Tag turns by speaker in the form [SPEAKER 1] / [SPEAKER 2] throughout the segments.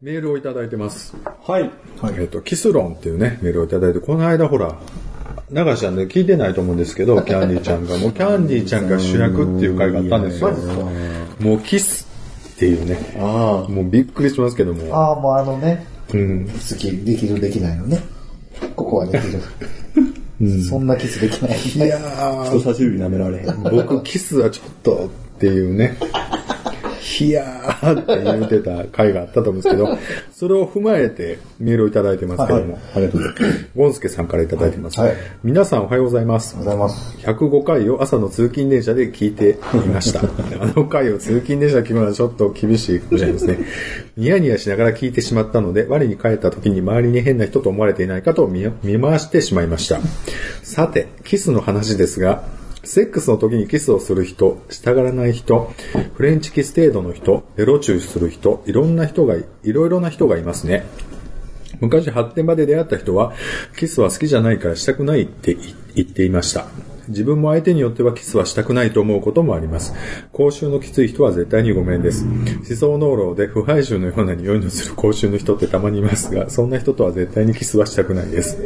[SPEAKER 1] メールをいただいてます。
[SPEAKER 2] はい。
[SPEAKER 1] えっ、と、キスロンっていうね、メールをいただいて、この間ほら、流しちゃんで聞いてないと思うんですけ ど、キャンディーちゃんが、もうキャンディーちゃんが主役っていう回があったんですよ。もうキスっていうね、
[SPEAKER 3] あ
[SPEAKER 1] もうびっくりしますけども、
[SPEAKER 4] ああ、もうあのね、
[SPEAKER 1] うん
[SPEAKER 3] あ、、好き、できる、できないのね。ここはできる。そんなキスできない。いや
[SPEAKER 2] 人差し指舐められへん。
[SPEAKER 1] 僕キスはちょっとっていうね、ひやーって言ってた回があったと思うんですけ ど、それを踏まえてメールをいただいてますけども、
[SPEAKER 2] ありがとうございます。
[SPEAKER 1] ゴンスケさんからいただいてます。
[SPEAKER 3] はい
[SPEAKER 1] 皆さんおはようございます。
[SPEAKER 3] ございます。
[SPEAKER 1] 105回を朝の通勤電車で聞いていました。あの回を通勤電車で聞くのはちょっと厳しいかもしれないですね。ニヤニヤしながら聞いてしまったので、我に帰った時に周りに変な人と思われていないかと見見回してしまいました。さて、キスの話ですが、セックスの時にキスをする人、したがらない人、フレンチキス程度の人、エロチューする人、いろんな人がい、いろいろな人がいますね。昔発展場で出会った人は、キスは好きじゃないからしたくないってい言っていました。自分も相手によってはキスはしたくないと思うこともあります。口臭のきつい人は絶対にごめんです。思想濃漏で腐敗臭のような匂いのする口臭の人ってたまにいますが、そんな人とは絶対にキスはしたくないです。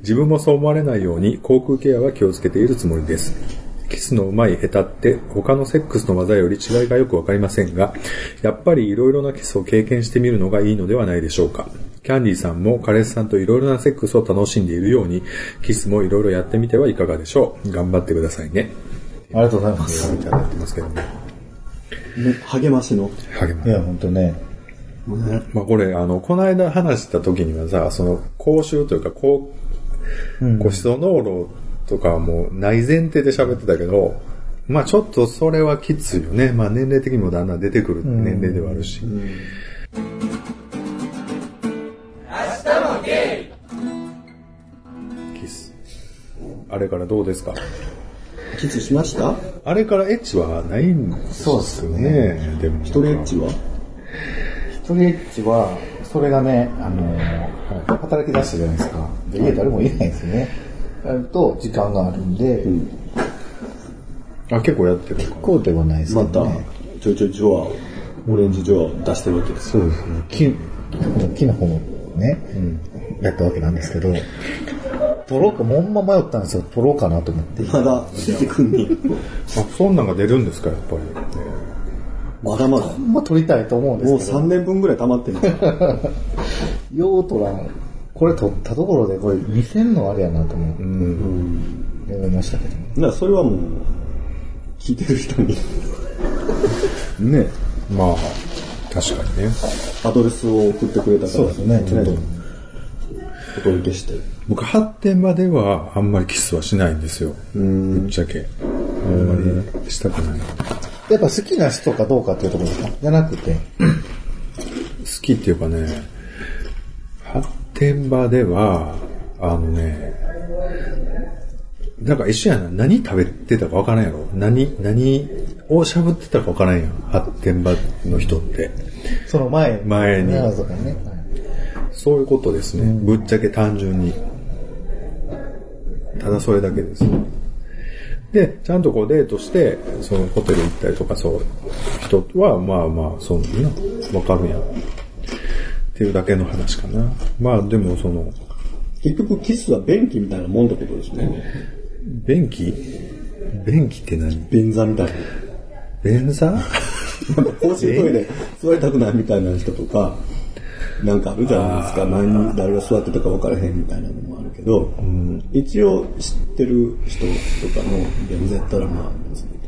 [SPEAKER 1] 自分もそう思われないように、口腔ケアは気をつけているつもりです。キスの上手い下手って他のセックスの技より違いがよくわかりませんが、やっぱりいろいろなキスを経験してみるのがいいのではないでしょうか。キャンディーさんも彼氏さんといろいろなセックスを楽しんでいるように、キスもいろいろやってみてはいかがでしょう。頑張ってくださいね。
[SPEAKER 3] ありがとうございます。
[SPEAKER 1] いただいてますけどね。
[SPEAKER 2] ね励ましの。
[SPEAKER 1] 励ま
[SPEAKER 3] いや、本当ね。
[SPEAKER 2] ね
[SPEAKER 1] まあこれ、あの、この間話した時にはさ、その、口臭というか、こう、ご思想濃漏とかはもう内前提で喋ってたけど、まあちょっとそれはきついよね。まあ年齢的にもだんだん出てくる年齢ではあるし。キス。あれからどうですか
[SPEAKER 2] キスしました
[SPEAKER 1] あれからエッチはないんですよね。でも。
[SPEAKER 2] 一人エッチは
[SPEAKER 3] ストレッチは、それがね、あのー、働き出したじゃないですか。で、家誰もいないんですよね。やると、時間があるんで、
[SPEAKER 1] あ、結構やってるか。
[SPEAKER 3] こうではないですけ
[SPEAKER 2] また
[SPEAKER 3] どね。、
[SPEAKER 2] ちょいちょいジョアを、オレンジジョアを出してるわけです。
[SPEAKER 1] そうですね。金、
[SPEAKER 3] 木の方をね、やったわけなんですけど、取ろうか、もんま迷ったんですよ。取ろうかなと思って。
[SPEAKER 2] まだ出てくんねん
[SPEAKER 1] あ、そんなんが出るんですか、やっぱり。
[SPEAKER 2] まだまだ。
[SPEAKER 3] ほんま取りたいと思うんで
[SPEAKER 2] もう
[SPEAKER 3] すけど、
[SPEAKER 2] 3年分ぐらい溜まってんの。
[SPEAKER 3] よう取らん。これ取ったところで、これ見せんのあれやなと思って、思いましたけどね。
[SPEAKER 2] だからそれはもう、聞いてる人に
[SPEAKER 1] ねまあ、確かにね。
[SPEAKER 2] アドレスを送ってくれたから、そう
[SPEAKER 3] ですねちょっと
[SPEAKER 2] お届けして。
[SPEAKER 1] 僕、発展場ではあんまりキスはしないんですよ。ぶっちゃけ。あんまりしたくない。好
[SPEAKER 3] やっぱ好きな人かどうかっていうところですかじゃなくて、
[SPEAKER 1] きっていうかね、発展場では、あのね、なんか一緒やな。何食べてたかわからんやろ。何、何をしゃぶってたかわからんやん。発展場の人って。
[SPEAKER 3] その前
[SPEAKER 1] 前に
[SPEAKER 3] ねそうかね。はい
[SPEAKER 1] そういうことですね。ぶっちゃけ単純に。ただそれだけです。で、ちゃんとこうデートして、そのホテル行ったりとか、そう、人は、まあまあ、そんな、わかるやん。っていうだけの話かな。まあでもその、
[SPEAKER 2] 結局キスは便器みたいなもんってことですね。
[SPEAKER 1] 便器便器って何
[SPEAKER 2] 便座みたいな。
[SPEAKER 1] 便 座
[SPEAKER 2] なんか公衆トイレ座りたくないみたいな人とか、なんかあるじゃないですか。何に誰が座ってたか分からへんみたいなのもあるけど、一応知ってる人とかの便座やったらまあ、別にと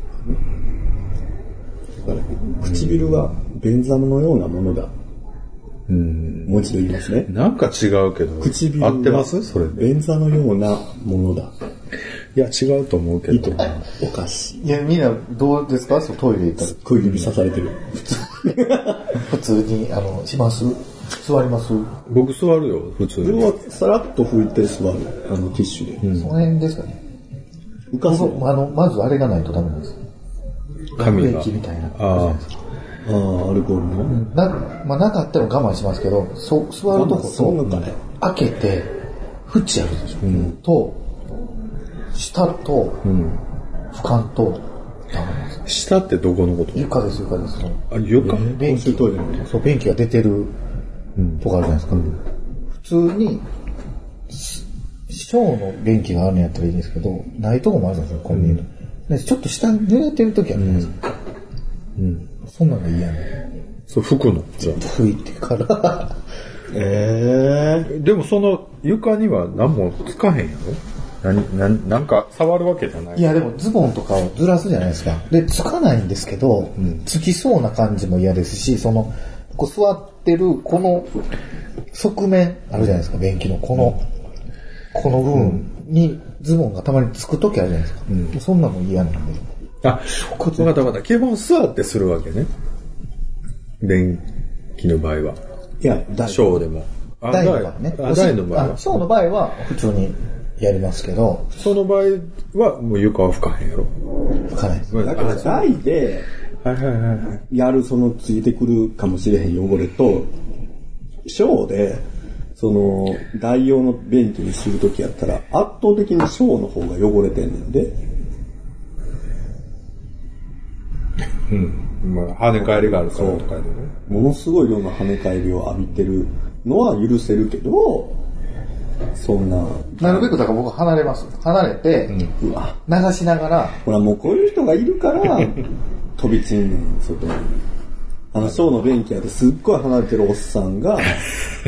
[SPEAKER 2] かね。だから、唇は便座のようなものだ。もう一度言いますね。
[SPEAKER 1] なんか違うけど、
[SPEAKER 2] 唇は
[SPEAKER 1] 合ってますそれで。
[SPEAKER 2] 便座のようなものだ。
[SPEAKER 1] いや、違うと思うけ
[SPEAKER 2] いいと
[SPEAKER 1] ど。
[SPEAKER 2] 思うおかしい。
[SPEAKER 3] いや、みんなどうですかそうトイレ行ったら。
[SPEAKER 2] 小指刺されてる。
[SPEAKER 3] 普通に、あの、します座ります、
[SPEAKER 1] 僕座るよ、普通
[SPEAKER 2] それ
[SPEAKER 1] に。
[SPEAKER 2] はさらっと拭いて座る。あの、ティッシュで。
[SPEAKER 3] その辺ですかね。
[SPEAKER 2] 浮かすの。
[SPEAKER 3] あの、まずあれがないとダメなんです。
[SPEAKER 1] 髪が
[SPEAKER 3] 液。みたいな。
[SPEAKER 1] ああ。
[SPEAKER 2] ああ、アルコールの。
[SPEAKER 3] な、まあ、なかったら我慢しますけど、そ、座るとこ
[SPEAKER 2] そんな
[SPEAKER 3] と、
[SPEAKER 2] んかね。
[SPEAKER 3] 開けて、縁あるでしょ。と、下と、俯瞰と、ダメなんです。
[SPEAKER 1] 下ってどこのこと
[SPEAKER 3] 床です、床です。その
[SPEAKER 1] あ、床
[SPEAKER 3] 便器
[SPEAKER 2] 公衆トイレの
[SPEAKER 3] そう、便器が出てるとかあるじゃないですか。普通に、ショーの電気があるんやったらいいんですけど、ないとこもあるじゃないですか、コンビニの。でちょっと下濡れてる時あるじゃないですか。うん。そんなのが嫌ね。
[SPEAKER 1] そう、服の。じゃあ
[SPEAKER 3] 拭いてから、
[SPEAKER 2] え
[SPEAKER 1] でもその床には何もつかへんやろ何、何、なんか触るわけじゃない
[SPEAKER 3] いや、でもズボンとかをずらすじゃないですか。で、つかないんですけど、つきそうな感じも嫌ですし、その、こう座ってる、この、側面あるじゃないですか、便器のこの、この部分にズボンがたまにつくときあるじゃないですか。そんなの嫌なんで。
[SPEAKER 1] あ、わかったわかった。基本座ってするわけね。電気の場合は。
[SPEAKER 2] ー、いや、だ
[SPEAKER 1] ショーでも。あ
[SPEAKER 3] 台の場合ね。
[SPEAKER 1] あ台の場合
[SPEAKER 3] あ
[SPEAKER 1] は。
[SPEAKER 3] ショーの場合は普通にやりますけど、
[SPEAKER 1] その場合はもう床は吹かへんやろ。
[SPEAKER 3] 拭かないです。
[SPEAKER 2] だから台で
[SPEAKER 1] はいはいはいはい。
[SPEAKER 2] やるそのついてくるかもしれへん汚れと、ショーで、その、代用の便器にするときやったら、圧倒的にショーの方が汚れてんねんで、
[SPEAKER 1] まあ、跳ね返りがあるから
[SPEAKER 2] そう
[SPEAKER 1] とかでね。
[SPEAKER 2] ものすごい量の跳ね返りを浴びてるのは許せるけど、そんな、
[SPEAKER 3] なるべくだから僕は離れます。離れて、
[SPEAKER 2] うわ、
[SPEAKER 3] 流しながら、
[SPEAKER 2] ほらもうこういう人がい るから、飛び散んねん、外に。あの、ショーの便器やってすっごい離れてるおっさん が、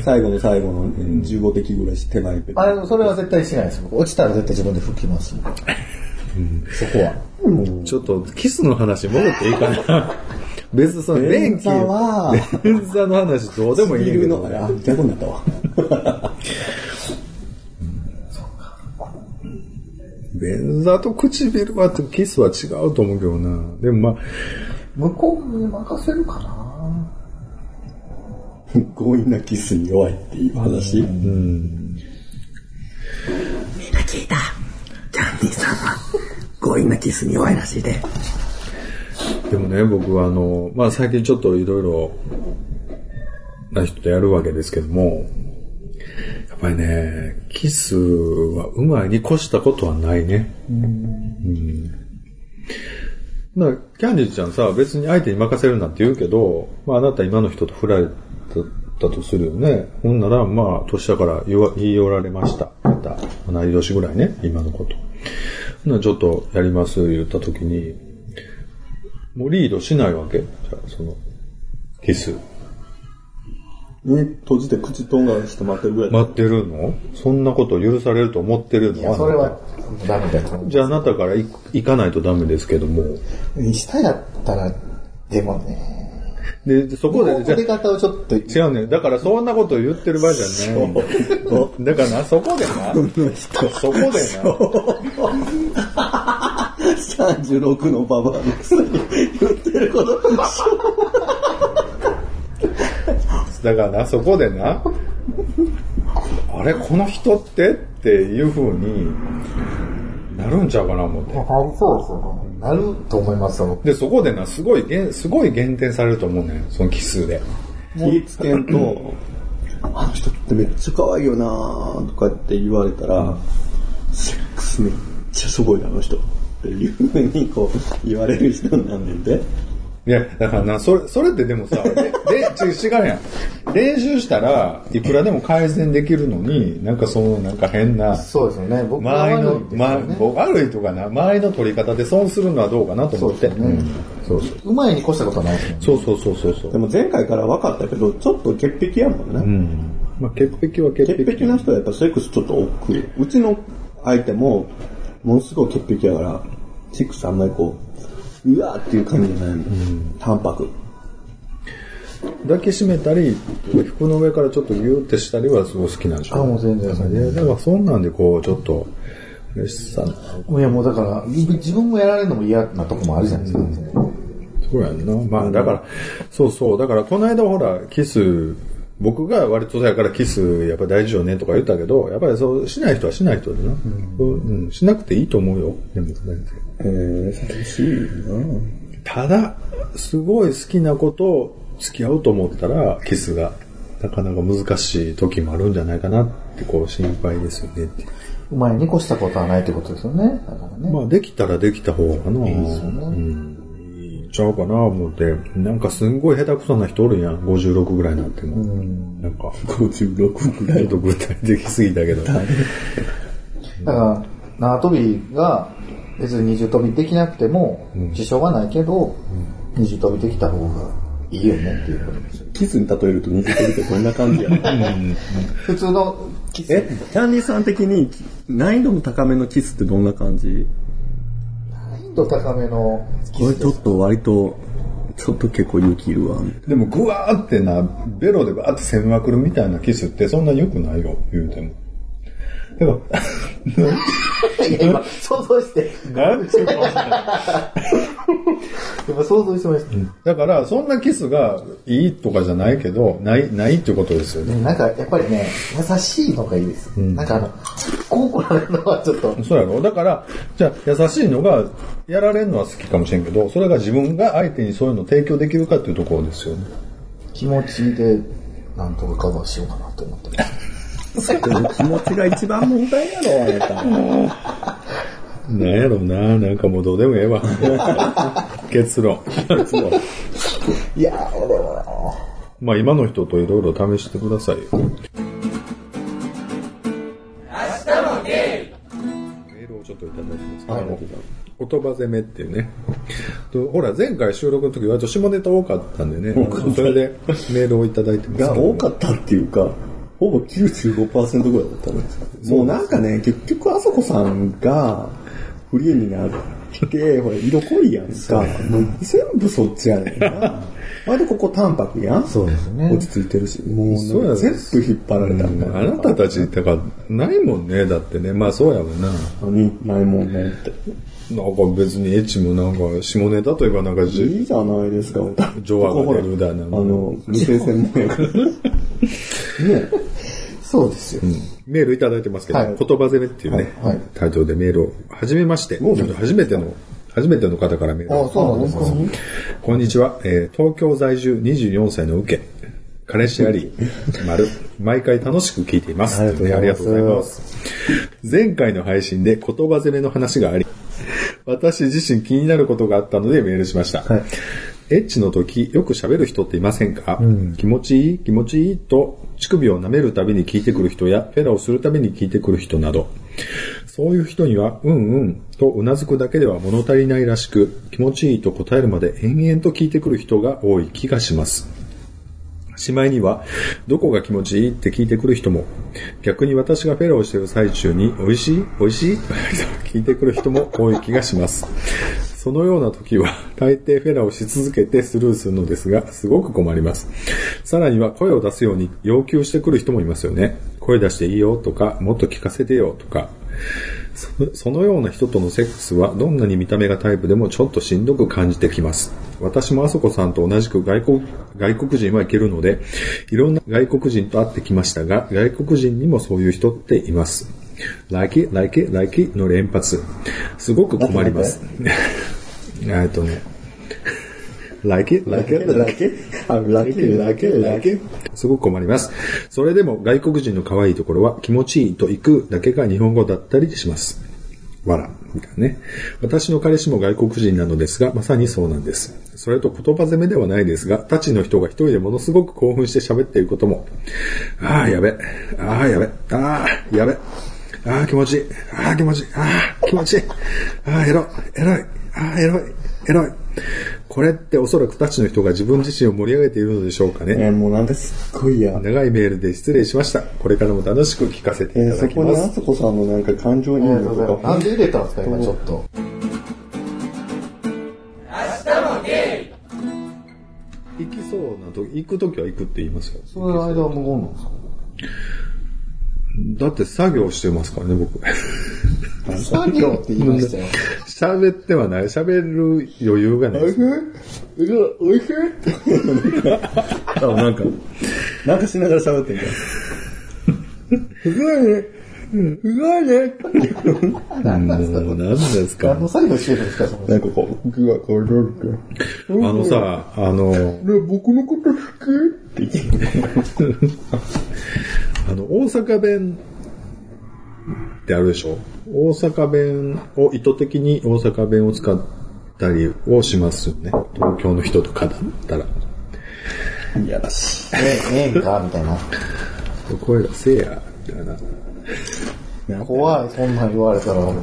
[SPEAKER 2] 最後の最後の15滴ぐらいして手前ペ
[SPEAKER 3] あのそれは絶対しないです。落ちたら絶対自分で拭きます。そこは。
[SPEAKER 1] ちょっと、キスの話戻っていいか な。別にその、
[SPEAKER 2] 便
[SPEAKER 1] 便器、
[SPEAKER 2] 座は、
[SPEAKER 1] 便座の話どうでもいいねん
[SPEAKER 2] ビ
[SPEAKER 1] け
[SPEAKER 2] ル
[SPEAKER 1] ど
[SPEAKER 2] の、あ。れ、あ、逆になったわ。
[SPEAKER 1] 便座と唇はってキスは違うと思うけどな。でもまあ、
[SPEAKER 3] 向こうに任せるかな
[SPEAKER 2] 強引なキスに弱いっていう話。
[SPEAKER 4] 聞いた。ジャンディさんは強引なキスに弱いらしいで。
[SPEAKER 1] でもね、僕はあの、まあ最近ちょっといろいろな人とやるわけですけども、やっぱりね、キスはうまいに越したことはないね。うん。だからキャンディーちゃんさ、別に相手に任せるなんて言うけど、まああなた今の人と振られたたとするよね。ほんなら、まあ、年だから言わ言い寄られました。また、同い年ぐらいね、今のこと。ほんならちょっとやります、言った時に、もうリードしないわけじゃあ、その、キス。
[SPEAKER 2] 目閉じて口とんがして待ってるぐらい。
[SPEAKER 1] 待ってるのそんなこと許されると思ってるの
[SPEAKER 3] いや、それはダメだと思
[SPEAKER 1] じゃああなたから行行かないとダメですけども。
[SPEAKER 3] う。下やったら、でもね、
[SPEAKER 1] で、そこで、
[SPEAKER 3] こ
[SPEAKER 1] じ
[SPEAKER 3] う
[SPEAKER 1] ゃ
[SPEAKER 3] 出方をちょっと、
[SPEAKER 1] あ違うね。だからそんなこと言ってる場合じゃない。だからな、そこでな。そこでな。
[SPEAKER 2] 36のババアのくせに言ってること。
[SPEAKER 1] だからな、そこでな。あれ、この人ってっていう風になるんちゃうかな思って。
[SPEAKER 3] そうそう。なると思いますよ。
[SPEAKER 1] で、そこでな、すごい減、すごい減点されると思うね。その奇数で。
[SPEAKER 2] 気つけんと、あの人ってめっちゃ可愛いよなーとかって言われたら、セックスめっちゃすごいな、あの人。っていうふうにこう言われる人なんねんで。
[SPEAKER 1] いや、だからな、それ、それってでも さ、で、で違うやん。練習したらいくらでも改善できるのに、なんかその、なんか変な、
[SPEAKER 3] そうですよね。僕は
[SPEAKER 1] 周り
[SPEAKER 3] 悪
[SPEAKER 1] の
[SPEAKER 3] い、です
[SPEAKER 1] ま
[SPEAKER 3] よ
[SPEAKER 1] あ、
[SPEAKER 3] ね。
[SPEAKER 1] 僕悪いとかな、周りの取り方で損するのはどうかなと思って。
[SPEAKER 3] そうですよね
[SPEAKER 1] うんそうそう
[SPEAKER 3] うまいに越したことはないですもんね。
[SPEAKER 1] そうそうそうそうそ
[SPEAKER 2] で
[SPEAKER 1] う。
[SPEAKER 2] も前回から分かったけど、ちょっと潔癖やもんね。
[SPEAKER 1] うん。まあ、潔癖は潔
[SPEAKER 2] 潔
[SPEAKER 1] 癖。
[SPEAKER 2] 癖な人はやっぱセックスちょっと多くうちの相手も、ものすごい潔癖やから、セックスあんまりこう、うわーっていう感じじゃないの。淡白。
[SPEAKER 1] 抱きしめたり、服の上からちょっとギューってしたりはすごい好きなんでしょ。
[SPEAKER 3] あもう全然
[SPEAKER 1] だからねだからそんなんでこう、ちょっと、嬉しさな。
[SPEAKER 3] いや、もうだから、自分もやられるのも嫌なとこもあるじゃないですか。
[SPEAKER 1] そうやんな。まあ、だから、そうそう。だから、この間ほら、キス、僕が割とだからキス、やっぱ大事よねとか言ったけど、やっぱりそう、しない人はしない人でな。そううん、しなくていいと思うよ。でも全然
[SPEAKER 2] えー、寂しいな
[SPEAKER 1] ただ、すごい好きなことを付き合おうと思ったら、キスが、なかなか難しい時もあるんじゃないかなって、こう、心配ですよねっていう。
[SPEAKER 3] うまいに越したことはないってことですよね。だからね。
[SPEAKER 1] まあ、できたらできた方がな。
[SPEAKER 3] いいですよね
[SPEAKER 1] うんいいちゃうかな思って、なんかすんごい下手くそな人おるやん、56ぐらいになっても。なんか、
[SPEAKER 2] 56ぐら
[SPEAKER 1] ちょ
[SPEAKER 2] い
[SPEAKER 1] っと具体的すぎたけど。
[SPEAKER 3] だから、縄跳びが別に二重跳びできなくても、支障がないけど、二重跳びできた方がいいよねっていうことですよ。
[SPEAKER 2] キスに例えると似てるってこんな感じ やな
[SPEAKER 3] 普通の、
[SPEAKER 2] え、キャンディーさん的に難易度の高めのキスってどんな感じ
[SPEAKER 3] 難易度高めの、
[SPEAKER 2] これちょっと割と、ちょっと結構勇気いるわ。
[SPEAKER 1] でも、ぐわーってな、ベロでバーって攻めまくるみたいなキスってそんなに良くないよ、言うても。でも、
[SPEAKER 3] いや今想像して、
[SPEAKER 1] なんていうか
[SPEAKER 3] 今想像してまし た。
[SPEAKER 1] だから、そんなキスがいいとかじゃないけど、ない、ないってことですよね。
[SPEAKER 3] なんかやっぱりね、優しいのがいいです。なんかあの、こうこられるのはちょっと、
[SPEAKER 1] そうやろだから、じゃあ、優しいのが、やられるのは好きかもしれんけど、それが自分が相手にそういうのを提供できるかっていうところですよね。
[SPEAKER 3] 気持ちで、なんとかカバーしようかなと思ってます。
[SPEAKER 2] 気持ちが一番問題やろ、あなた。
[SPEAKER 1] なんやろうななんかもうどうでもええわ。 結論。
[SPEAKER 3] いやー、俺は、
[SPEAKER 1] まあ今の人といろいろ試してくださいよ。明日もゲイメールをちょっといただいてます。あの、言葉攻めっていうね。とほら、前回収録の時はと下ネタ多かったんでね。それでメールをいただいてますけど
[SPEAKER 2] が多かったっていうか、ほぼ95%ぐらいだったんですもうなんかね、結局あそこさんがフリーになって、ほら、色濃いやんか。もう全部そっちやね んな。割とここ淡白やん。
[SPEAKER 3] そうですね
[SPEAKER 2] 落ち着いてるし。も
[SPEAKER 1] そう
[SPEAKER 2] う
[SPEAKER 1] や
[SPEAKER 2] なん
[SPEAKER 1] ね
[SPEAKER 2] か全部引っ張られたんだ
[SPEAKER 1] あなたたち、だから、ないもんね。だってね。まあそうやわな。
[SPEAKER 2] 何ないもんねって。
[SPEAKER 1] なんか別にエッチもなんか、下ネタといえばなんかじ、
[SPEAKER 2] いいじゃないですか、
[SPEAKER 1] 情話が出るだな
[SPEAKER 2] ここほらあの、無性専門やから。ね
[SPEAKER 3] そうですよ。
[SPEAKER 1] メールいただいてますけど、
[SPEAKER 3] はい
[SPEAKER 1] 言葉攻めっていうね、
[SPEAKER 3] はいはい
[SPEAKER 1] タイトルでメールを、はじめまして、
[SPEAKER 2] お
[SPEAKER 1] 初めての、初めての方からメール
[SPEAKER 3] あ
[SPEAKER 1] を
[SPEAKER 3] そうなんですか。
[SPEAKER 1] こんにちは、えー東京在住24歳の受け、彼氏あり、丸、毎回楽しく聞いています。
[SPEAKER 2] ありがとうございます
[SPEAKER 1] ねす。前回の配信で言葉攻めの話があり、私自身気になることがあったのでメールしました。エッチの時よく喋る人っていませんか、気持ちいい気持ちいいと乳首を舐めるたびに聞いてくる人やフェラをするたびに聞いてくる人など、そういう人にはうんうんとうなずくだけでは物足りないらしく気持ちいいと答えるまで延々と聞いてくる人が多い気がします。しまいには、どこが気持ちいいって聞いてくる人も、逆に私がフェラをしている最中に、美味しい美味しいと 聞いてくる人も多い気がします。そのような時は、大抵フェラをし続けてスルーするのですが、すごく困ります。さらには声を出すように要求してくる人もいますよね。声出していいよとか、もっと聞かせてよとか。そそのような人とのセックスはどんなに見た目がタイプでもちょっとしんどく感じてきます。私もあそこさんと同じく外国外国人はいけるので、いろんな外国人と会ってきましたが、外国人にもそういう人っています。like it, like it, like it の連発。すごく困ります。 えっとね。like it, like it,
[SPEAKER 2] ラケあ、ラケラケラケ
[SPEAKER 1] すごく困ります。それでも外国人の可愛いところは気持ちいいと行くだけが日本語だったりします。わら、みたいなね。私の彼氏も外国人なのですが、まさにそうなんです。それと言葉攻めではないですが、たちの人が一人でものすごく興奮して喋っていることも、ああ、やべ、ああ、やべ、ああ、やべ、ああ、気持ちいい、ああ、気持ちいい、ああ、気持ちいい、ああ、エロい、エロい、ああ、エロい、エロい。これっておそらくたちの人が自分自身を盛り上げているのでしょうかね。
[SPEAKER 2] えーもうなんかすっごいや。
[SPEAKER 1] 長いメールで失礼しました。これからも楽しく聞かせて
[SPEAKER 2] え
[SPEAKER 1] い
[SPEAKER 2] ー
[SPEAKER 1] た
[SPEAKER 2] そ
[SPEAKER 1] だき
[SPEAKER 2] こ
[SPEAKER 1] ま
[SPEAKER 2] に
[SPEAKER 1] す。
[SPEAKER 2] あそこさんのなんか感情移入とか、
[SPEAKER 3] なんで入れたんですか、今ちょっと。
[SPEAKER 1] 行きそうなと行くときは行くって言いますよ。
[SPEAKER 3] その間は無言なんですか
[SPEAKER 1] だって作業してますからね、僕。
[SPEAKER 3] 作業って言いましたよ。
[SPEAKER 1] 喋ってはない。喋る余裕がないです。
[SPEAKER 2] おいしい
[SPEAKER 1] なんか、
[SPEAKER 2] なんかしながら喋ってんだよ。すごいね。すごいね。
[SPEAKER 3] 何なんですか
[SPEAKER 1] もう何ですか。
[SPEAKER 3] 何の作業してるんですか、その
[SPEAKER 2] なんかこう、僕はこう、ルルル。
[SPEAKER 1] あのさ、あの、
[SPEAKER 2] ね、僕のこと好きって言って。
[SPEAKER 1] あの、大阪弁ってあるでしょ大阪弁を意図的に大阪弁を使っったりをしますよね。東京の人とかだったら。
[SPEAKER 2] いやらし
[SPEAKER 3] えええんかみたいな。
[SPEAKER 1] 声出せや、みたいな。も
[SPEAKER 2] い。なんか
[SPEAKER 3] 怖い、そんなん言われたら。
[SPEAKER 1] う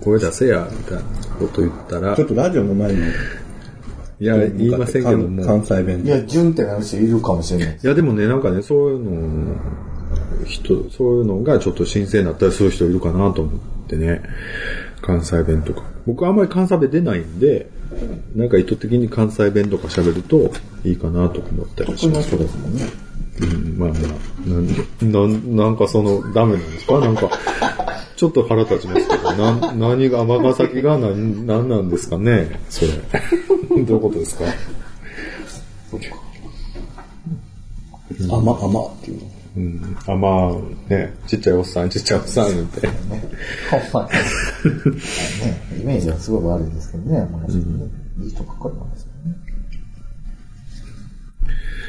[SPEAKER 1] 声出せや、みたいなこと言ったら
[SPEAKER 2] ちょ、っとラジオの前に、
[SPEAKER 1] いや、言いませんけども。
[SPEAKER 2] 関西弁
[SPEAKER 3] い
[SPEAKER 2] で。
[SPEAKER 3] や、順ってなる人いるかもしれない。
[SPEAKER 1] いや、でもね、なんかね、そういうの、人、そういうのがちょっと新鮮だったりする人いるかなと思ってね。関西弁とか。僕あんまり関西弁出ないんで、なんか意図的に関西弁とか喋るといいかなとか思ったりします。
[SPEAKER 3] ですもんね。
[SPEAKER 1] うん、まあまあ、なん、なんなんかその、ダメなんですかなんか、ちょっと腹立ちますけど、 なん、何が、尼崎が何、何なんですかねそれ。 どういうことですか
[SPEAKER 2] あま、あまっていうの。
[SPEAKER 1] うん。あ、まあ、ね、ちっちゃいおっさん、ちっちゃいおっさん言って。
[SPEAKER 3] ほんまにね、イメージはすごい悪いですけどね、まあいい人ばっかりなんですよね。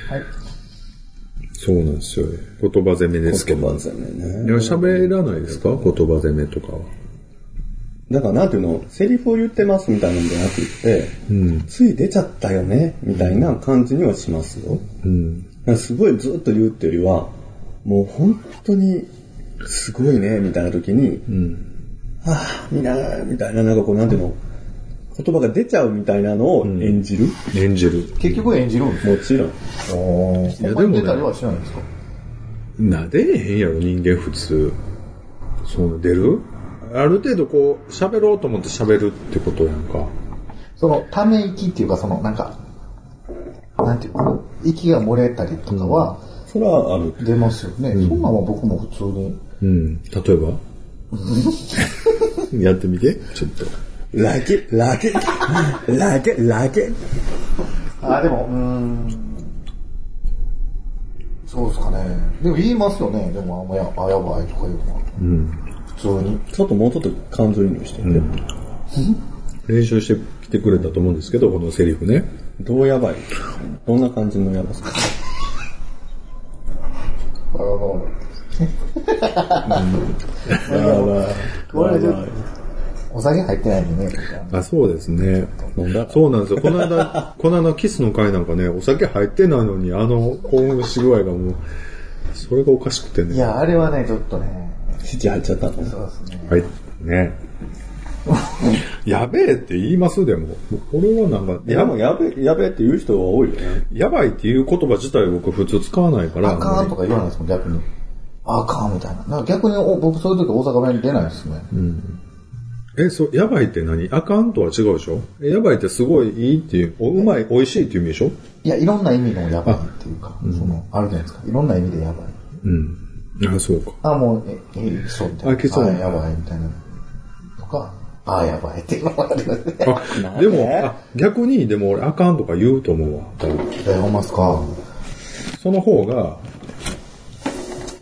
[SPEAKER 3] はい。
[SPEAKER 1] そうなんですよね。言葉攻めですけ
[SPEAKER 2] 言
[SPEAKER 1] ど。
[SPEAKER 2] 葉
[SPEAKER 1] い
[SPEAKER 2] 攻めね
[SPEAKER 1] や、。喋らないですか言葉攻めとかは。
[SPEAKER 2] だからなんていうの、セリフを言ってますみたいなんじゃなくって、
[SPEAKER 1] うん。
[SPEAKER 2] つい出ちゃったよね、みたいな感じにはしますよ。
[SPEAKER 1] うん。
[SPEAKER 2] なんかすごいずっと言うっていうよりは、もう本当に、すごいね、みたいな時に、
[SPEAKER 1] うん。
[SPEAKER 2] はぁ、みんな、みたいな、なんかこう、なんていうの、言葉が出ちゃうみたいなのを演じる、
[SPEAKER 1] 演じる。
[SPEAKER 3] 結局演じるんです
[SPEAKER 2] もちろん。
[SPEAKER 3] かおー。
[SPEAKER 1] いやでもね
[SPEAKER 3] あんまり出たりはしないんですか
[SPEAKER 1] な、出えへんやろ、人間普通。そんな出るある程度こう、喋ろうと思って喋るってことやんか。
[SPEAKER 3] その、ため息っていうか、その、なんか、なんていうの息が漏れたりとかは
[SPEAKER 2] それはある。
[SPEAKER 3] 出ますよね。そんなんは僕も普通に。
[SPEAKER 1] うん。例えば やってみて。ちょっと。
[SPEAKER 2] ラケ、ラケ、ラケ、ラケ。
[SPEAKER 3] あ、でも、うーん。そうですかね。でも言いますよね。でも、あんまや、あ、やばいとか言うのは。普通に。
[SPEAKER 2] ちょっともうちょっと感情移入してみて。
[SPEAKER 1] 練習してきてくれたと思うんですけど、このセリフね。
[SPEAKER 2] どうやばいどんな感じのやばさ
[SPEAKER 3] あらら
[SPEAKER 2] やばい。
[SPEAKER 3] 割れてるお酒入ってないんでね。
[SPEAKER 1] あ、そうですね。
[SPEAKER 2] 飲んだ
[SPEAKER 1] そうなんですよ。この間、この間キスの会なんかね、お酒入ってないのに、あの興奮し具合がもう、それがおかしくて
[SPEAKER 3] い
[SPEAKER 1] ね。
[SPEAKER 3] や、あれはね、ちょっとね。
[SPEAKER 2] 七入っちゃったの
[SPEAKER 3] そうですね。
[SPEAKER 1] はい。ね。やべえって言いますでも。俺はなんか、
[SPEAKER 2] いや、
[SPEAKER 1] や
[SPEAKER 2] もうやべ、やべって言う人が多いよね。
[SPEAKER 1] やばいっていう言葉自体僕普通使わないから。
[SPEAKER 3] あかんと
[SPEAKER 1] か。
[SPEAKER 3] か言わないですもん、逆に。あかんみたいな。なんか逆にお僕そういう時大阪弁出ないですね。
[SPEAKER 1] え、そう、やばいって何あかんとは違うでしょえやばいってすごいいいっていう、おうまい、美味しいっていう意味でしょ
[SPEAKER 3] いや、いろんな意味のやばいっていうか、その、あるじゃないですか。いろんな意味でやばい。
[SPEAKER 1] うん。あ、そうか。
[SPEAKER 3] あ、もう、え、え、いきそうみたいな。
[SPEAKER 1] あいけそう
[SPEAKER 3] やばいみたいな。とか、あ、やばいって今までですね。
[SPEAKER 1] あ、でも、あ逆に、でも俺あかんとか言うと思うわ。多分
[SPEAKER 3] え、ほんまっすか。
[SPEAKER 1] その方が、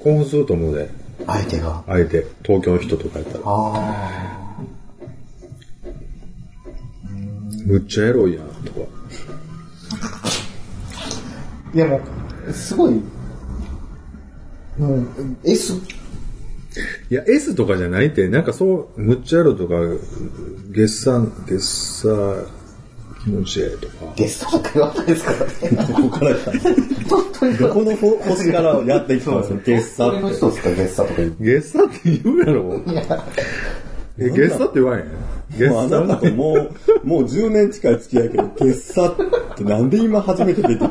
[SPEAKER 1] 興奮すると思うで、
[SPEAKER 3] 相手が。
[SPEAKER 1] 相手、東京の人とかやったら。
[SPEAKER 3] あ
[SPEAKER 1] むっちゃエロいやん、とか。
[SPEAKER 3] あ。でも、すごい、もう、S、
[SPEAKER 1] いや、S とかじゃないって、なんかそう、むっちゃエロとか、月産、月産、気持ちええとか。
[SPEAKER 3] ゲストとか言わないですから ね。
[SPEAKER 2] ここから来た
[SPEAKER 3] 本当に
[SPEAKER 2] どこのほ星からやってきたんですよ、ゲッサ
[SPEAKER 3] 俺の人
[SPEAKER 2] っ
[SPEAKER 3] ですか、ゲストとか言う。
[SPEAKER 1] 月産って言うやろ
[SPEAKER 3] いや
[SPEAKER 1] え、月産って言わへん。
[SPEAKER 2] て。
[SPEAKER 1] 月
[SPEAKER 2] もうあなた
[SPEAKER 1] 産
[SPEAKER 2] ともう、もう10年近い付き合いやけど、ゲッサってなんで今初めて出てきた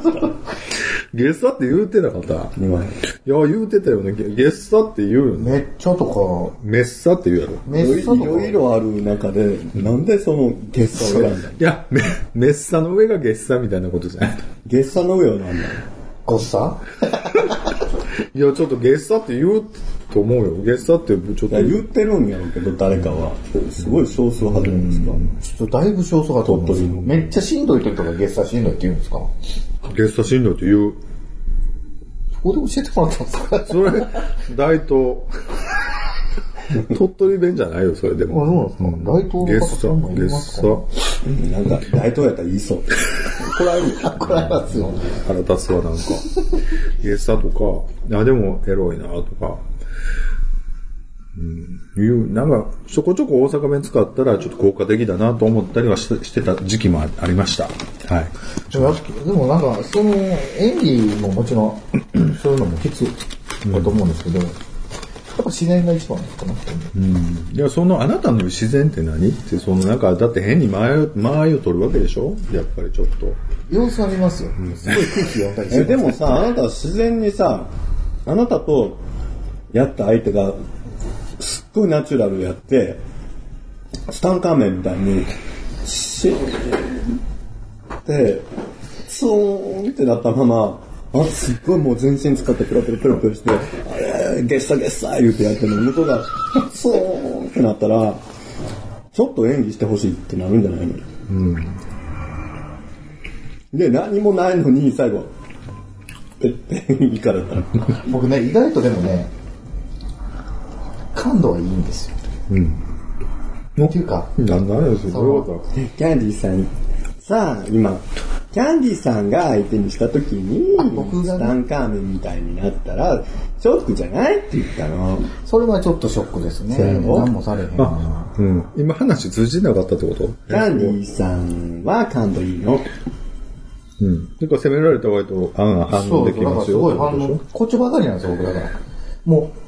[SPEAKER 1] 月産って言うてなかった。いや、
[SPEAKER 2] 今
[SPEAKER 1] 言うてたよね。げ月産って言うよね。
[SPEAKER 3] めっちゃとか、
[SPEAKER 1] メッサって言うやろ。
[SPEAKER 3] めっち
[SPEAKER 2] い
[SPEAKER 3] ゃとか。
[SPEAKER 2] ろいろある中で、なんでそのゲッサを選んだの
[SPEAKER 1] いや、メメッサの上が月産みたいなことじゃない。
[SPEAKER 2] ゲッサの上を選んだの
[SPEAKER 3] ごっさ
[SPEAKER 1] いや、ちょっとゲッサって言うと思うよ。ゲッサってちょっ
[SPEAKER 2] いや
[SPEAKER 1] と。
[SPEAKER 2] 言ってるんやろうけど、誰かは。すごい少数派じゃないですか。
[SPEAKER 3] ちょっとだいぶ少数がと思うんですけど
[SPEAKER 2] 鳥取の
[SPEAKER 3] めっちゃしんどい時とかゲッサしんどいって言うんですか
[SPEAKER 1] ゲスト診療って言う。
[SPEAKER 3] そこで教えてもらったんですかあ、
[SPEAKER 1] それ、大東。鳥取弁じゃないよ、それで
[SPEAKER 3] そう
[SPEAKER 1] も。
[SPEAKER 3] なんですか大東の
[SPEAKER 1] ゲ
[SPEAKER 3] 方
[SPEAKER 1] ス
[SPEAKER 3] そういうの
[SPEAKER 1] ト、
[SPEAKER 3] い
[SPEAKER 1] ゲ
[SPEAKER 3] ます
[SPEAKER 1] ス
[SPEAKER 3] か
[SPEAKER 1] ト。
[SPEAKER 2] なんか、大統領やったら言いそう。これは
[SPEAKER 3] これありますよ。
[SPEAKER 1] 腹立つわ、なんか。ゲストとか、あ、でもエロいな、とか。いう、なんか、ちょこちょこ大阪弁使ったら、ちょっと効果的だなと思ったりはししてた時期もあありました。はい。
[SPEAKER 3] でもでもなんか、その演技ももちろ ん、そういうのも必要だと思うんですけど、やっぱ自然が一番かなって思う。
[SPEAKER 1] いや、その、あなたの自然って何って、その、なんか、だって変に間合いを間合いを取るわけでしょやっぱりちょっと。
[SPEAKER 3] 様子ありますよ。すごい空気読んだりす
[SPEAKER 2] え
[SPEAKER 3] る。
[SPEAKER 2] でもさ、あなたは自然にさ、あなたとやった相手がすっごいナチュラルやって、ツタンカーメンみたいに、しで、ツーンってなったまま、あ、すっごいもう全身使ってペロペロペロペロして、あれ、ゲッサゲッサ言うてやってるのに、向こうが、ツーンってなったら、ちょっと演技してほしいってなるんじゃないので、何もないのに、最後、ペッペ ン行かれたら。
[SPEAKER 3] 僕ね、意外とでもね、感度はいいんですよ。っていうか、
[SPEAKER 1] なんだあれですよ。
[SPEAKER 3] そ
[SPEAKER 1] どういうこと
[SPEAKER 2] キャンディーさん、さあ、今、キャンディーさんが相手にした時に、
[SPEAKER 3] 僕がね
[SPEAKER 2] ツタンカーメンみたいになったら、ショックじゃないって言ったの。
[SPEAKER 3] それはちょっとショックですね。何もされへんな。
[SPEAKER 1] うん。今話通じなかったってこと
[SPEAKER 2] キャンディーさんは感度いいの。
[SPEAKER 1] うん。てか責められた割と、あんあん反
[SPEAKER 3] そ
[SPEAKER 1] 応
[SPEAKER 3] う
[SPEAKER 1] で
[SPEAKER 3] そ
[SPEAKER 1] き
[SPEAKER 3] う、だか
[SPEAKER 1] ま
[SPEAKER 3] ら
[SPEAKER 1] す
[SPEAKER 3] す
[SPEAKER 1] よ。
[SPEAKER 3] ごい
[SPEAKER 1] って
[SPEAKER 3] 反
[SPEAKER 1] ことでし
[SPEAKER 3] 応
[SPEAKER 1] ょ、
[SPEAKER 3] こちょばかりなんですよ、僕だから。もう、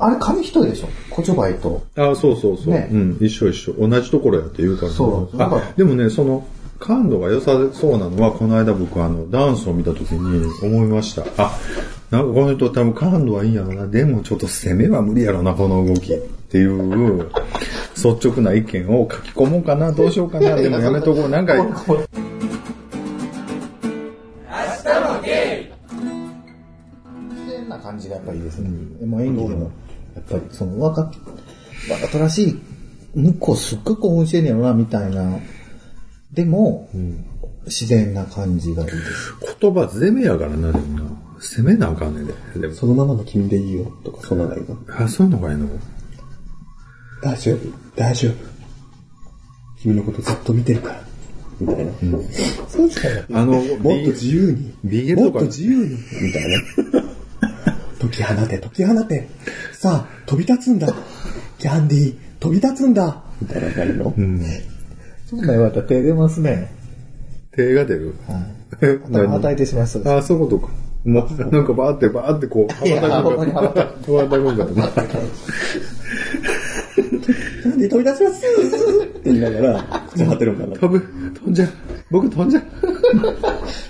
[SPEAKER 3] あれ紙一重でしょ。こちょばいと。
[SPEAKER 1] あそうそうそう、
[SPEAKER 3] ね
[SPEAKER 1] うん。一緒一緒。同じところやって言うからね、
[SPEAKER 3] そうなんか
[SPEAKER 1] あ、でもね、その、感度が良さそうなのは、この間僕あの、ダンスを見た時に思いました。あ、なんかこの人多分感度はいいんやろな。でもちょっと攻めは無理やろな、この動き。っていう、率直な意見を書き込もうかな、どうしようかな、でもやめとこう。なんか、
[SPEAKER 3] 自然な感じがやっぱりいいですね。もう演技でも、やっぱりその若、若とらしい、向こうすっごい興奮してんねやろな、みたいな。でも、自然な感じがいいです。
[SPEAKER 1] 言葉攻めやからな、でもな。攻めなあかんねんで。でも、
[SPEAKER 2] そのままの君でいいよ、とか、そんなのがいいの。
[SPEAKER 1] あ、そういうのがいいの
[SPEAKER 2] 大丈夫、大丈夫。君のことずっと見てるから。みたいな。
[SPEAKER 3] そうですかね。
[SPEAKER 1] あの、もっ
[SPEAKER 2] もっと自由に。
[SPEAKER 1] BL と
[SPEAKER 2] もっ
[SPEAKER 1] か
[SPEAKER 2] と自由に。みたいな。 解き放て、解き放て。さあ、飛び立つんだ。キャンディー、飛び立つんだ。みたいな感じの。
[SPEAKER 3] そんなん言われたら手出ますね。
[SPEAKER 1] 手が出る。
[SPEAKER 3] 頭
[SPEAKER 1] 何
[SPEAKER 3] 叩いてしまいそうです。
[SPEAKER 1] あ、そういうことか。もう、なんかバーって、バーってこう、
[SPEAKER 3] いや
[SPEAKER 1] 羽ばたくんか
[SPEAKER 3] 羽ばた
[SPEAKER 1] と羽ばたくんかと思った
[SPEAKER 2] キャンディー飛び立ちますって言いながら、口張ってるんか
[SPEAKER 1] 飛ぶ、飛んじゃう。僕飛んじゃう。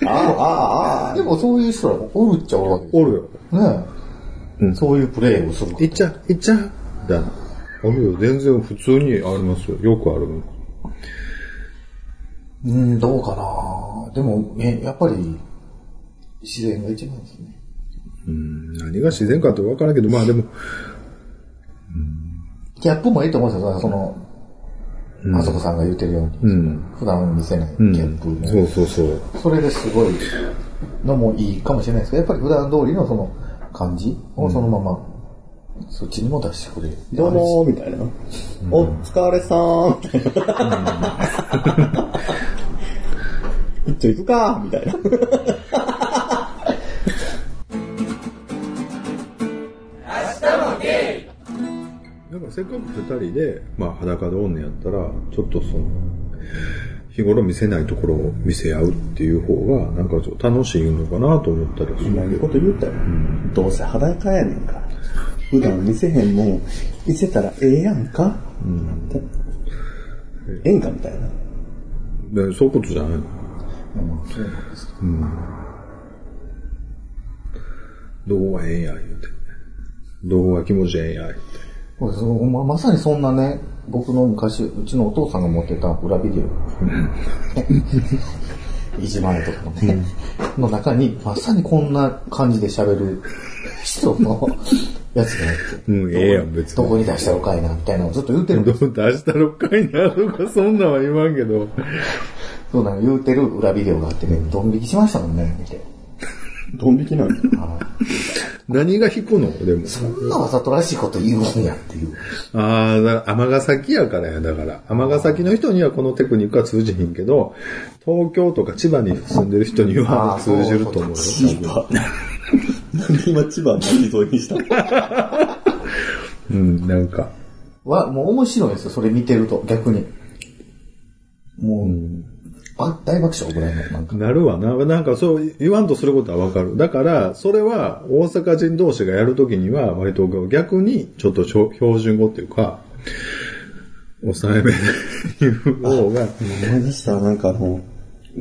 [SPEAKER 2] な。ああ、ああ、あ
[SPEAKER 3] でもそういう人らもおるっちゃおるわけで
[SPEAKER 1] おるよ。
[SPEAKER 3] すねえそういうプレーをする。
[SPEAKER 1] いっちゃう、いっちゃう。だな。あるよ、全然普通にありますよ。よくあるの。
[SPEAKER 3] うん、どうかなでも、ね、やっぱり、自然が一番ですね。
[SPEAKER 1] 何が自然かって分からんけど、まあでも、
[SPEAKER 3] ギャップもいいと思うんですよ、その、あそこさんが言ってるように。
[SPEAKER 1] うん。
[SPEAKER 3] 普段見せないギ
[SPEAKER 1] うん
[SPEAKER 3] ャップも、
[SPEAKER 1] そうそうそう。
[SPEAKER 3] それですごいのもいいかもしれないですけど、やっぱり普段通りのその感じをそのまま、そっちにも出してくれる。
[SPEAKER 2] どうもー、みたいな。お疲れさーん、みたいな。 一丁行くか、みたいな。
[SPEAKER 1] だからせっかく二人で、まあ裸でおんねやったら、ちょっとその、日頃見せないところを見せ合うっていう方が、なんかちょっと楽しいのかなと思ったりはする
[SPEAKER 2] 今い
[SPEAKER 1] け
[SPEAKER 2] い
[SPEAKER 1] ど
[SPEAKER 2] こ。と言ったよ。どうせ裸やねんから。普段見せへんもん、見せたらええやんか。ってええんかみたいな。
[SPEAKER 1] でそういうことじゃないの
[SPEAKER 3] うんそうなんですか
[SPEAKER 1] どこがええんや、言うて。どこが気持ちええんや、言うて。
[SPEAKER 3] そうですままさにそんなね、僕の昔、うちのお父さんが持ってた裏ビデオ。いじまれとかのね、の中に、まさにこんな感じで喋る人のやつがあって。
[SPEAKER 1] うん、ええやん、別
[SPEAKER 3] ど
[SPEAKER 1] に。
[SPEAKER 3] こに出したろかいな、みたいなのをずっと言ってるん
[SPEAKER 1] ど
[SPEAKER 3] で
[SPEAKER 1] う
[SPEAKER 3] す。
[SPEAKER 1] 出したろかいなとか、そんなんは言わんけど。
[SPEAKER 3] そうなの、言うてる裏ビデオがあってね、ドン引きしましたもんね、見て。
[SPEAKER 2] ドン引きなんだ。
[SPEAKER 1] 何が引くのでも。
[SPEAKER 3] そんなわざとらしいこと言うんやっていう。
[SPEAKER 1] ああ、だ尼崎やからや、だから。尼崎の人にはこのテクニックは通じひんけど、東京とか千葉に住んでる人には
[SPEAKER 3] あー
[SPEAKER 1] 通じると思うよ。
[SPEAKER 2] 千葉。なんで今千葉の海沿いにした の
[SPEAKER 1] うん、なんか。
[SPEAKER 3] は、もう面白いんですよ、それ見てると、逆に。もう、ば大爆笑ぐらいの、なんか。
[SPEAKER 1] なるわな。なんかそう言わんとすることはわかる。だから、それは大阪人同士がやるときには割と逆にちょっと標準語っていうか、抑えめに言う方が、
[SPEAKER 2] 思い出した、なんかあの、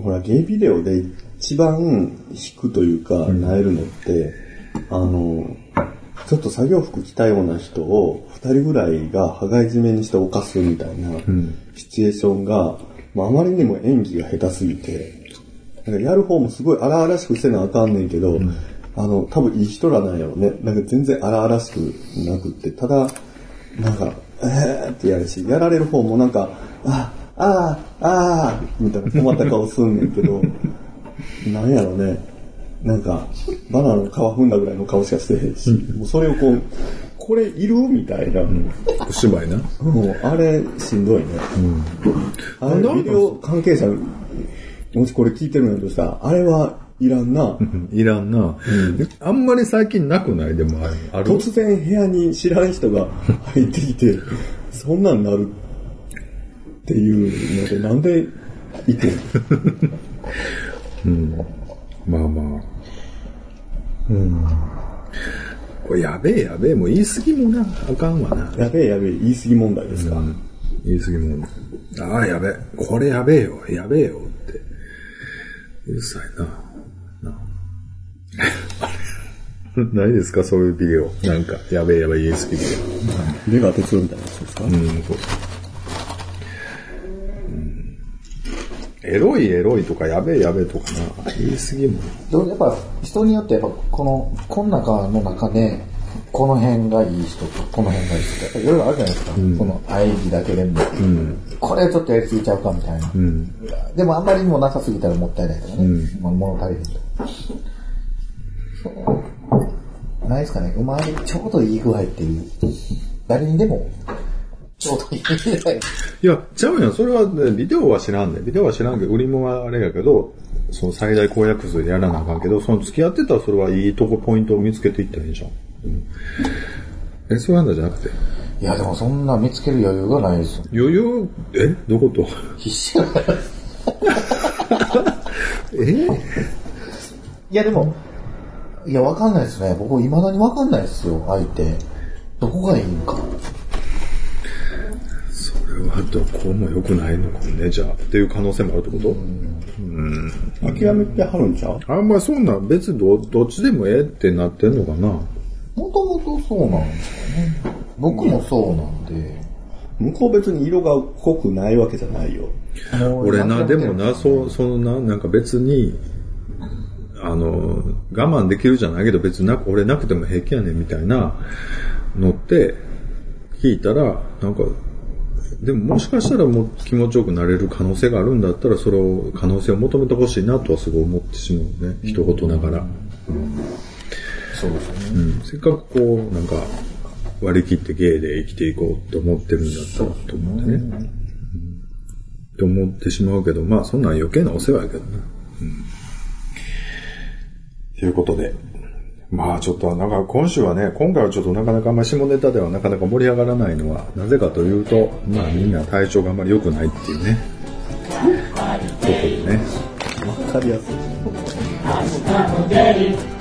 [SPEAKER 2] ほら、ゲイビデオで一番弾くというか、なえるのって、あの、ちょっと作業服着たような人を二人ぐらいが羽交い締めにして犯すみたいなシチュエーションが、まあ、あまりにも演技が下手すぎて、なんかやる方もすごい荒々しくしてなあかんねんけど、あの、多分いい人らなんやろね。なんか全然荒々しくなくって、ただ、なんか、えーってやるし、やられる方もなんか、あ、あー、あー、みたいな困った顔すんねんけ ど、なんやろね。なんか、バナナの皮踏んだぐらいの顔しかしてへんし、もうそれをこう、これいるみたいな。
[SPEAKER 1] お芝居な。
[SPEAKER 2] もうあれしんどいね。あれビデオ関係者、もしこれ聞いてるんやとしたら、あれはいらんな。
[SPEAKER 1] いらんな、あんまり最近なくないでもある。ある
[SPEAKER 2] 突然部屋に知らん人が入ってきて、そんなんなるっていうので、なんでいてん
[SPEAKER 1] まあまあ。うん。これやべえやべえ、もう言い過ぎもな、あかんわな。
[SPEAKER 2] やべえやべえ、言い過ぎ問題ですか。
[SPEAKER 1] 言い過ぎもん。ああ、やべえ。これやべえよ。やべえよ。って。うるさいな。な ないですかそういうビデオ。なんか、やべえやべえ言い過ぎビ
[SPEAKER 2] 出川哲郎みたいなやつですか、
[SPEAKER 1] デオ。うん、そう。うんエロいエロいとか、やべえやべえとかな。言い過ぎもん。
[SPEAKER 3] でもやっぱ、人によって、やっぱ、この、この中の中で、この辺がいい人と、この辺がいい人と、やっぱいろいろあるじゃないですか。その、愛義だけでも、これちょっとやりすぎちゃうかみたいな。
[SPEAKER 1] ん
[SPEAKER 3] でも、あんまりにもなさすぎたらもったいないとかね。
[SPEAKER 1] う
[SPEAKER 3] まあ物足りへんとそう。ないですかね。うまい、ちょうどいい具合っていう。誰にでも、ちょうどいい具合。
[SPEAKER 1] いや、ちゃうやん。それは、ね、ビデオは知らんで、ビデオは知らんけど、売りもはあれやけど、その最大公約数でやらなあかんけど、その付き合ってたらそれはいいとこ、ポイントを見つけていったらいいじゃん。うん、え、そういう話じゃなくて。
[SPEAKER 3] いや、でもそんな見つける余裕がないですよ。
[SPEAKER 1] 余裕、えどこと
[SPEAKER 3] 必死やから。
[SPEAKER 1] え
[SPEAKER 3] いやでも、いや、わかんないですね。僕、未だにわかんないですよ、相手。どこがいいんか。
[SPEAKER 1] それはどこも良くないのかもね、じゃあ。っていう可能性もあるってこと
[SPEAKER 2] 諦めてはるんちゃう
[SPEAKER 1] あんまりそんなん、別にどどっちでもええってなってんのかな。
[SPEAKER 3] もともとそうなんですかね。僕もそうなんで。
[SPEAKER 2] 向こう別に色が濃くないわけじゃないよ。
[SPEAKER 1] 俺な、でもな、そう、そのな、なんか別に、あの、我慢できるじゃないけど別にな、俺なくても平気やねんみたいなのって聞いたら、なんか、でももしかしたらもう気持ちよくなれる可能性があるんだったら、それを、可能性を求めてほしいなとはすごい思ってしまうね。一言ながら。
[SPEAKER 3] そうですよね。
[SPEAKER 1] うんせっかくこう、なんか、割り切って芸で生きていこうと思ってるんだったらと思ってね。うんと思ってしまうけど、まあそんなん余計なお世話やけどな。ということで。まあちょっとなんか今週はね、今回はちょっとなかなかあんまり下ネタではなかなか盛り上がらないのは、なぜかというと、まあみんな体調があんまり良くないっていうね。ところでね。
[SPEAKER 2] わかりやすい。
[SPEAKER 5] 「